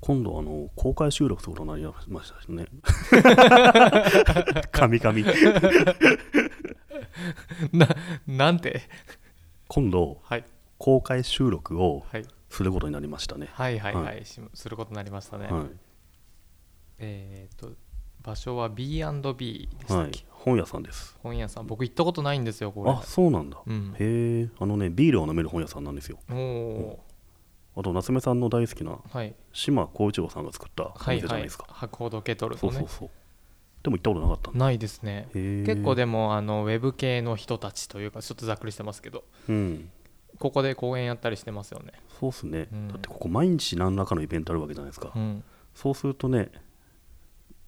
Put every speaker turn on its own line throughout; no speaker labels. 今度あの公開収録ってことになりましたし ね。神々。
な なんて、
今度
はい、
公開収録を
はい
することになりましたね。
はいはい
は
はいしすることになりましたね、
は
えっ、と場所は B&B でし
い。
た
は
っけ、
い、本屋さんです。
本屋さん僕行ったことないんですよこれ
あ、そうなんだ。
うん
へえ、あのね、ビールを飲める本屋さんなんですよ。
おお
あと、夏目さんの大好きな
ーはい
島幸一郎さんが作ったお
はい
店じゃ
は
ない
い
ですか。
博報堂ケトル
そ
の
うそう
ね
そう。でも行ったことなかったんだ。
ないですね
へえ
結構、でもあのウェブ系の人たちというかちょっとざっくりしてますけど
うん、
ここで公演やったりしてますよね
そうっすね、
うん
だってここ毎日何らかのイベントあるわけじゃないですか、
うん、
そうするとね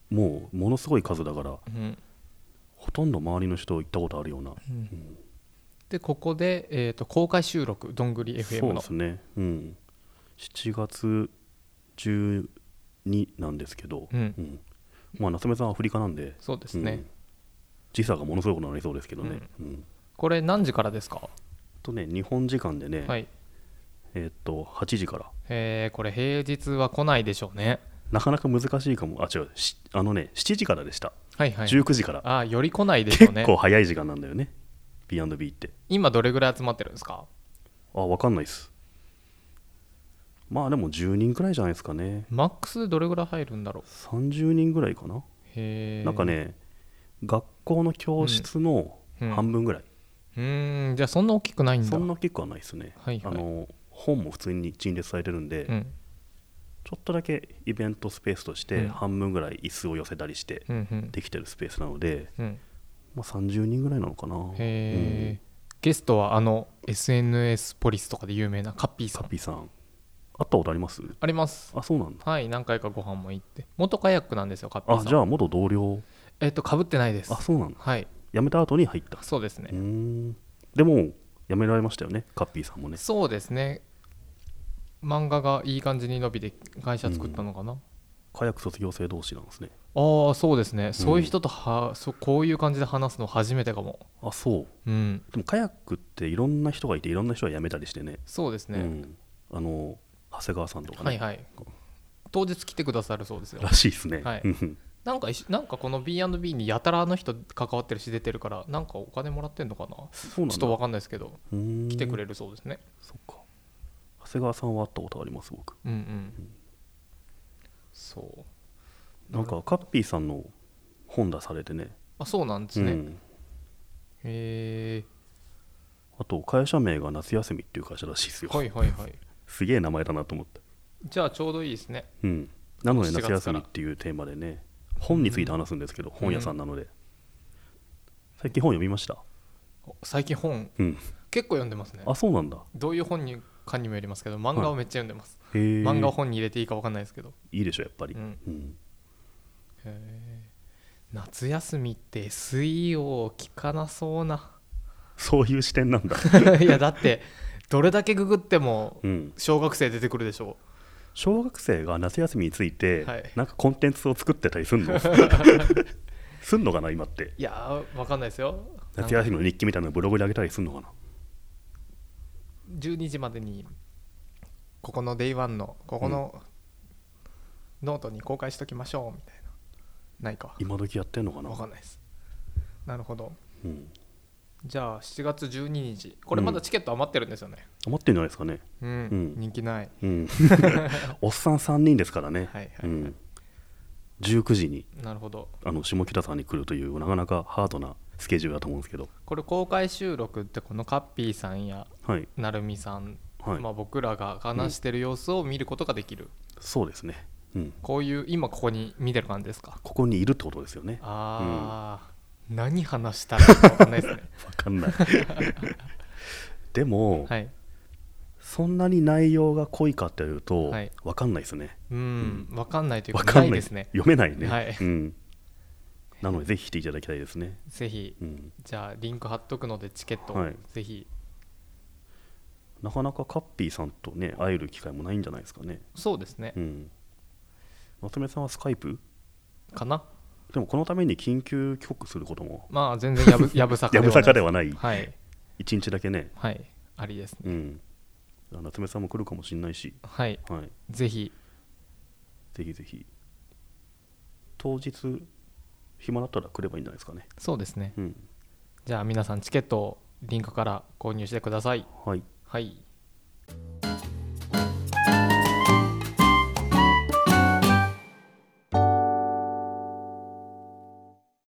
もうものすごい数だから
うん
ほとんど周りの人行ったことあるような、
うん
うん
でここで、えー、と公開収録どんぐり
そ
FM
うで
の
すね、うん、7月12なんですけど、
うん
うんまあ夏目さんはアフリカなんで
そうですね、
うん時差がものすごいことになりそうですけどね、うん
これ何時からですか、
とね日本時間でね、
はい
えーっと8時から
えー、これ平日は来ないでしょうね
なかなか難しいかもあ違うしあのね7時からでした、
はいはい
19時から
あーより来ないでしょ
結
うね
構早い時間なんだよね B&B って
今どれぐらい集まってるんですか
あ分かんないっすまあでも10人くらいじゃないですかね
マックスでどれぐらい入るんだろう
30人ぐらいかな、
へえ
なんかね学校の教室の
うん
半分ぐらい、
うーんじゃあそんな大きくないんだ
そんな結構はないですね、
はいはい
あの本も普通に陳列されてるんで、
うん
ちょっとだけイベントスペースとし
う
て
ん
半分ぐらい椅子を寄せたりして
うんうん
できてるスペースなので、
うんへ
まあ、30人ぐらいなのかな
え、ゲストはあの SNS ポリスとかで有名なカッピー
サ
さん
ッピーさん会ったことあります
あります
あそうなんだ
はい何回かご飯も行って元カヤックなんですよカッピー
あ
さん
じゃあ元同僚
えっ、とかぶってないです
あそうなんだ
はい
辞めた後に入った
そうですね
うーんでも辞められましたよねカッピーさんもね
そうですね漫画がいい感じに伸びて会社作ったのかな、
早く卒業生同士なんですね
ああそうですね、そういう人とはそこういう感じで話すの初めてかも
あそう
うん
でもカヤックっていろんな人がいていろんな人が辞めたりしてね
そうですね、
うん、あの長谷川さんとかね、
はいはい当日来てくださるそうですよ
らしいですね、
はい
うん
なんかいしなんかこの B&B にやたらあの人関わってるし出てるからなんかお金もらってんのかな
そうなん
ち
だ
ょっとわかんないですけど
うーん
来てくれるそうですね
そっか長谷川さんは会ったことあります僕
うんうんそう
なんかカッピーさんの本出されてね
あそうなんですね、
うん、
へえ
あと会社名が夏休みっていう会社らしいですよ、
はいはいはい
すげえ名前だなと思って
じゃあちょうどいいですね
うん、なので
7月
夏休み
から
っていうテーマでね本について話すんですけど、本屋さんなので、最近本読みました
お最近本
うん
結構読んでますね
あそうなんだ
どういう本にかにもよりますけど漫画をめっちゃ読んでます、
へえ
漫画を本に入れていいかわかんないですけど
いいでしょやっぱり、
うん
うん
へー夏休みって SEO を聞かなそう な
そういう視点なんだ、
いやだってどれだけググっても
うん、
小学生出てくるでしょ
小学生が夏休みについて、
はい
なんかコンテンツを作ってたりすん のすんのかな今って
ういやーわかんないですよ
夏休みの日記みたいなのブログで上げたりすんのかな
12時までにここの Day1 のここのノートに公開しときましょうみたいなないか
今時やってんのかな
わかんないですなるほど
うん、
じゃあ7月12日これまだチケット余ってるんですよね
余ってんじゃないですかね
うん、
うん
人気ない
うん おっさん3人ですからね、
はいはいはい
うん、19時に
なるほど
あの下北沢に来るというなかなかハードなスケジュールだと思うんですけど
これ公開収録ってこのカッピーさんや
はい
なるみさん、
はい、
まあ、僕らが話してる様子を見ることができる、
そうですね、うん、
こういう今ここに見てる感じですか
ここにいるってことですよ ねわ
あー、何話したらいいか分かんないですね
かんないでも、
はい
そんなに内容が濃いかっていうと、
はい
わかんないですね
うん、わ分かんないという
わ
か
かん
な
ないい
ですね
読めないね、
はい
うん、なのでぜひ来ていただきたいですね、
ぜひ
うん、
じゃあリンク貼っとくのでチケット
は
を
い
ぜひ、
なかなかカッピーさんとね会える機会もないんじゃないですかね
そうですね、
うん夏目さんはスカイプ
かな
でもこのために緊急帰国することも
まあ全然 やぶやぶさか
や
で
ぶ
はな
さ
い
かではない
はい
一日だけね
はいありですね
うん、夏目さんも来るかもしれないし、
はい
はい、
ぜひ
ぜひぜひ当日暇だったら来ればいいんじゃないですかね
そうですね
うん
じゃあ皆さんチケットをリンクから購入してください
はい
はい